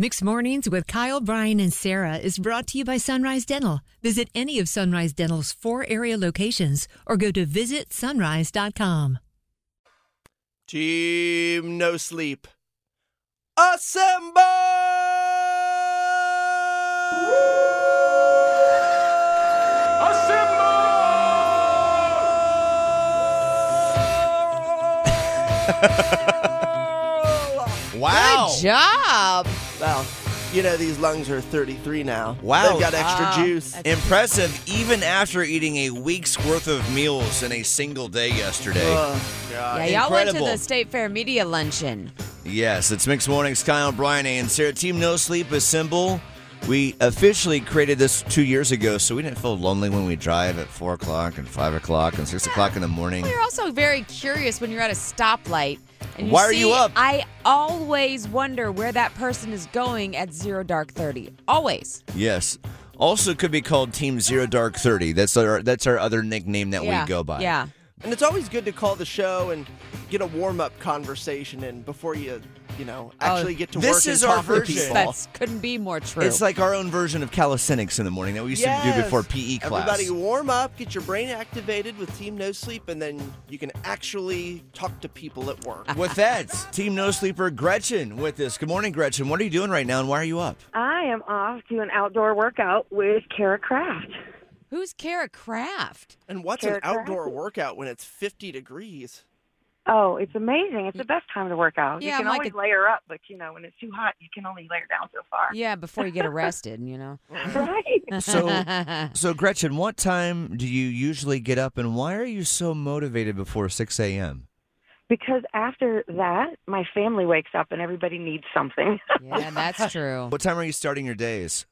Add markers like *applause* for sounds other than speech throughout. Mixed Mornings with Kyle, Brian, and Sarah is brought to you by Sunrise Dental. Visit any of Sunrise Dental's four area locations or go to visitsunrise.com. Team No Sleep. Assemble! Assemble! wow. Oh. Good job. Well, you know, these lungs are 33 now. Wow. Ah. They've got extra Wow. juice. That's- Impressive, even after eating a week's worth of meals in a single day yesterday. Oh, God. Yeah, y'all went to Uh, incredible. the State Fair Media Luncheon. Yes, it's Mixed Mornings, Kyle, Brian, and Sarah. Team No Sleep is simple. We officially created this two years ago, so we didn't feel lonely when we drive at 4 o'clock and 5 o'clock and 6 o'clock in the morning. Well, you're also very curious when you're at a stoplight. And you Why are see- you up? I always wonder where that person is going at zero dark thirty. Always. Yes. Also could be called Team Zero Dark 30. That's our, that's our other nickname that yeah. we go by. Yeah. And it's always good to call the show and get a warm up conversation in before you, you know, actually get to Oh, this work is and our talk version. to people. That's couldn't be more true. It's like our own version of calisthenics in the morning that we used to do Yes. before PE class. Everybody warm up, get your brain activated with Team No Sleep, and then you can actually talk to people at work. With that, Team No Sleeper Gretchen with us. Good morning, Gretchen. What are you doing right now and why are you up? I am off to an outdoor workout with Kara Craft. Who's Kara Craft? And what's an outdoor workout when it's 50 degrees? Oh, it's amazing. It's the best time to work out. Yeah, you can I'm like always a- layer up, but you know, when it's too hot, you can only layer down so far. Yeah, *laughs* before you get arrested, you know. Right? So, so Gretchen, what time do you usually get up and why are you so motivated before 6 a.m.? Because after that, my family wakes up and everybody needs something. *laughs* yeah, that's true. What time are you starting your days?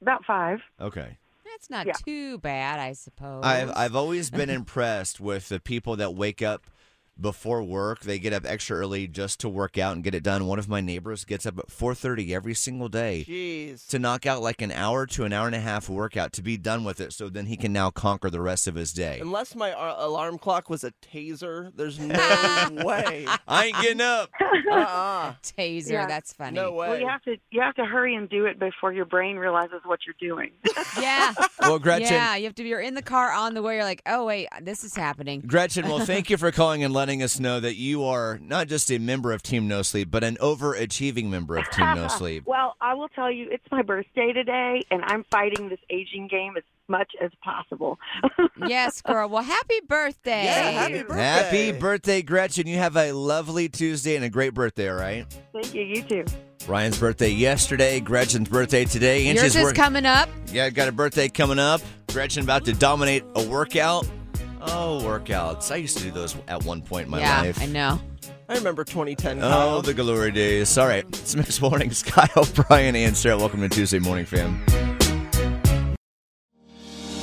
About five. Okay. That's not Yeah. too bad, I suppose. I've, I've always been impressed with the people that wake up before work. They get up extra early just to work out and get it done. One of my neighbors gets up at 4.30 every single day. Jeez. to knock out like an hour to an hour and a half workout to be done with it so then he can now conquer the rest of his day. Unless my ar- alarm clock was a taser, there's no way. I ain't getting up. Uh-uh. taser. Yeah. That's funny. No way. Well, you have to you have to hurry and do it before your brain realizes what you're doing. *laughs* Yeah. *laughs* Well, Gretchen. Yeah, you have to be you're in the car on the way. You're like, oh wait, this is happening. Gretchen, well, thank you for calling and letting us know that you are not just a member of Team No Sleep, but an overachieving member of Team *laughs* *laughs* No Sleep. well, I will tell you, it's my birthday today, and I'm fighting this aging game as much as possible. *laughs* yes, girl. Well, happy birthday. Yeah, happy birthday. Happy birthday, Gretchen. You have a lovely Tuesday and a great birthday, all right? Thank you. You too. Ryan's birthday yesterday, Gretchen's birthday today. and Yours she's is work- coming up. Yeah, got a birthday coming up. Gretchen about to dominate a workout. Oh, workouts. I used to do those at one point in my yeah, life. I know. I remember 2010. Oh, Kyle. the glory days. All right. It's next morning. *laughs* Kyle, Brian, and Sarah. Welcome to Tuesday Morning Fam.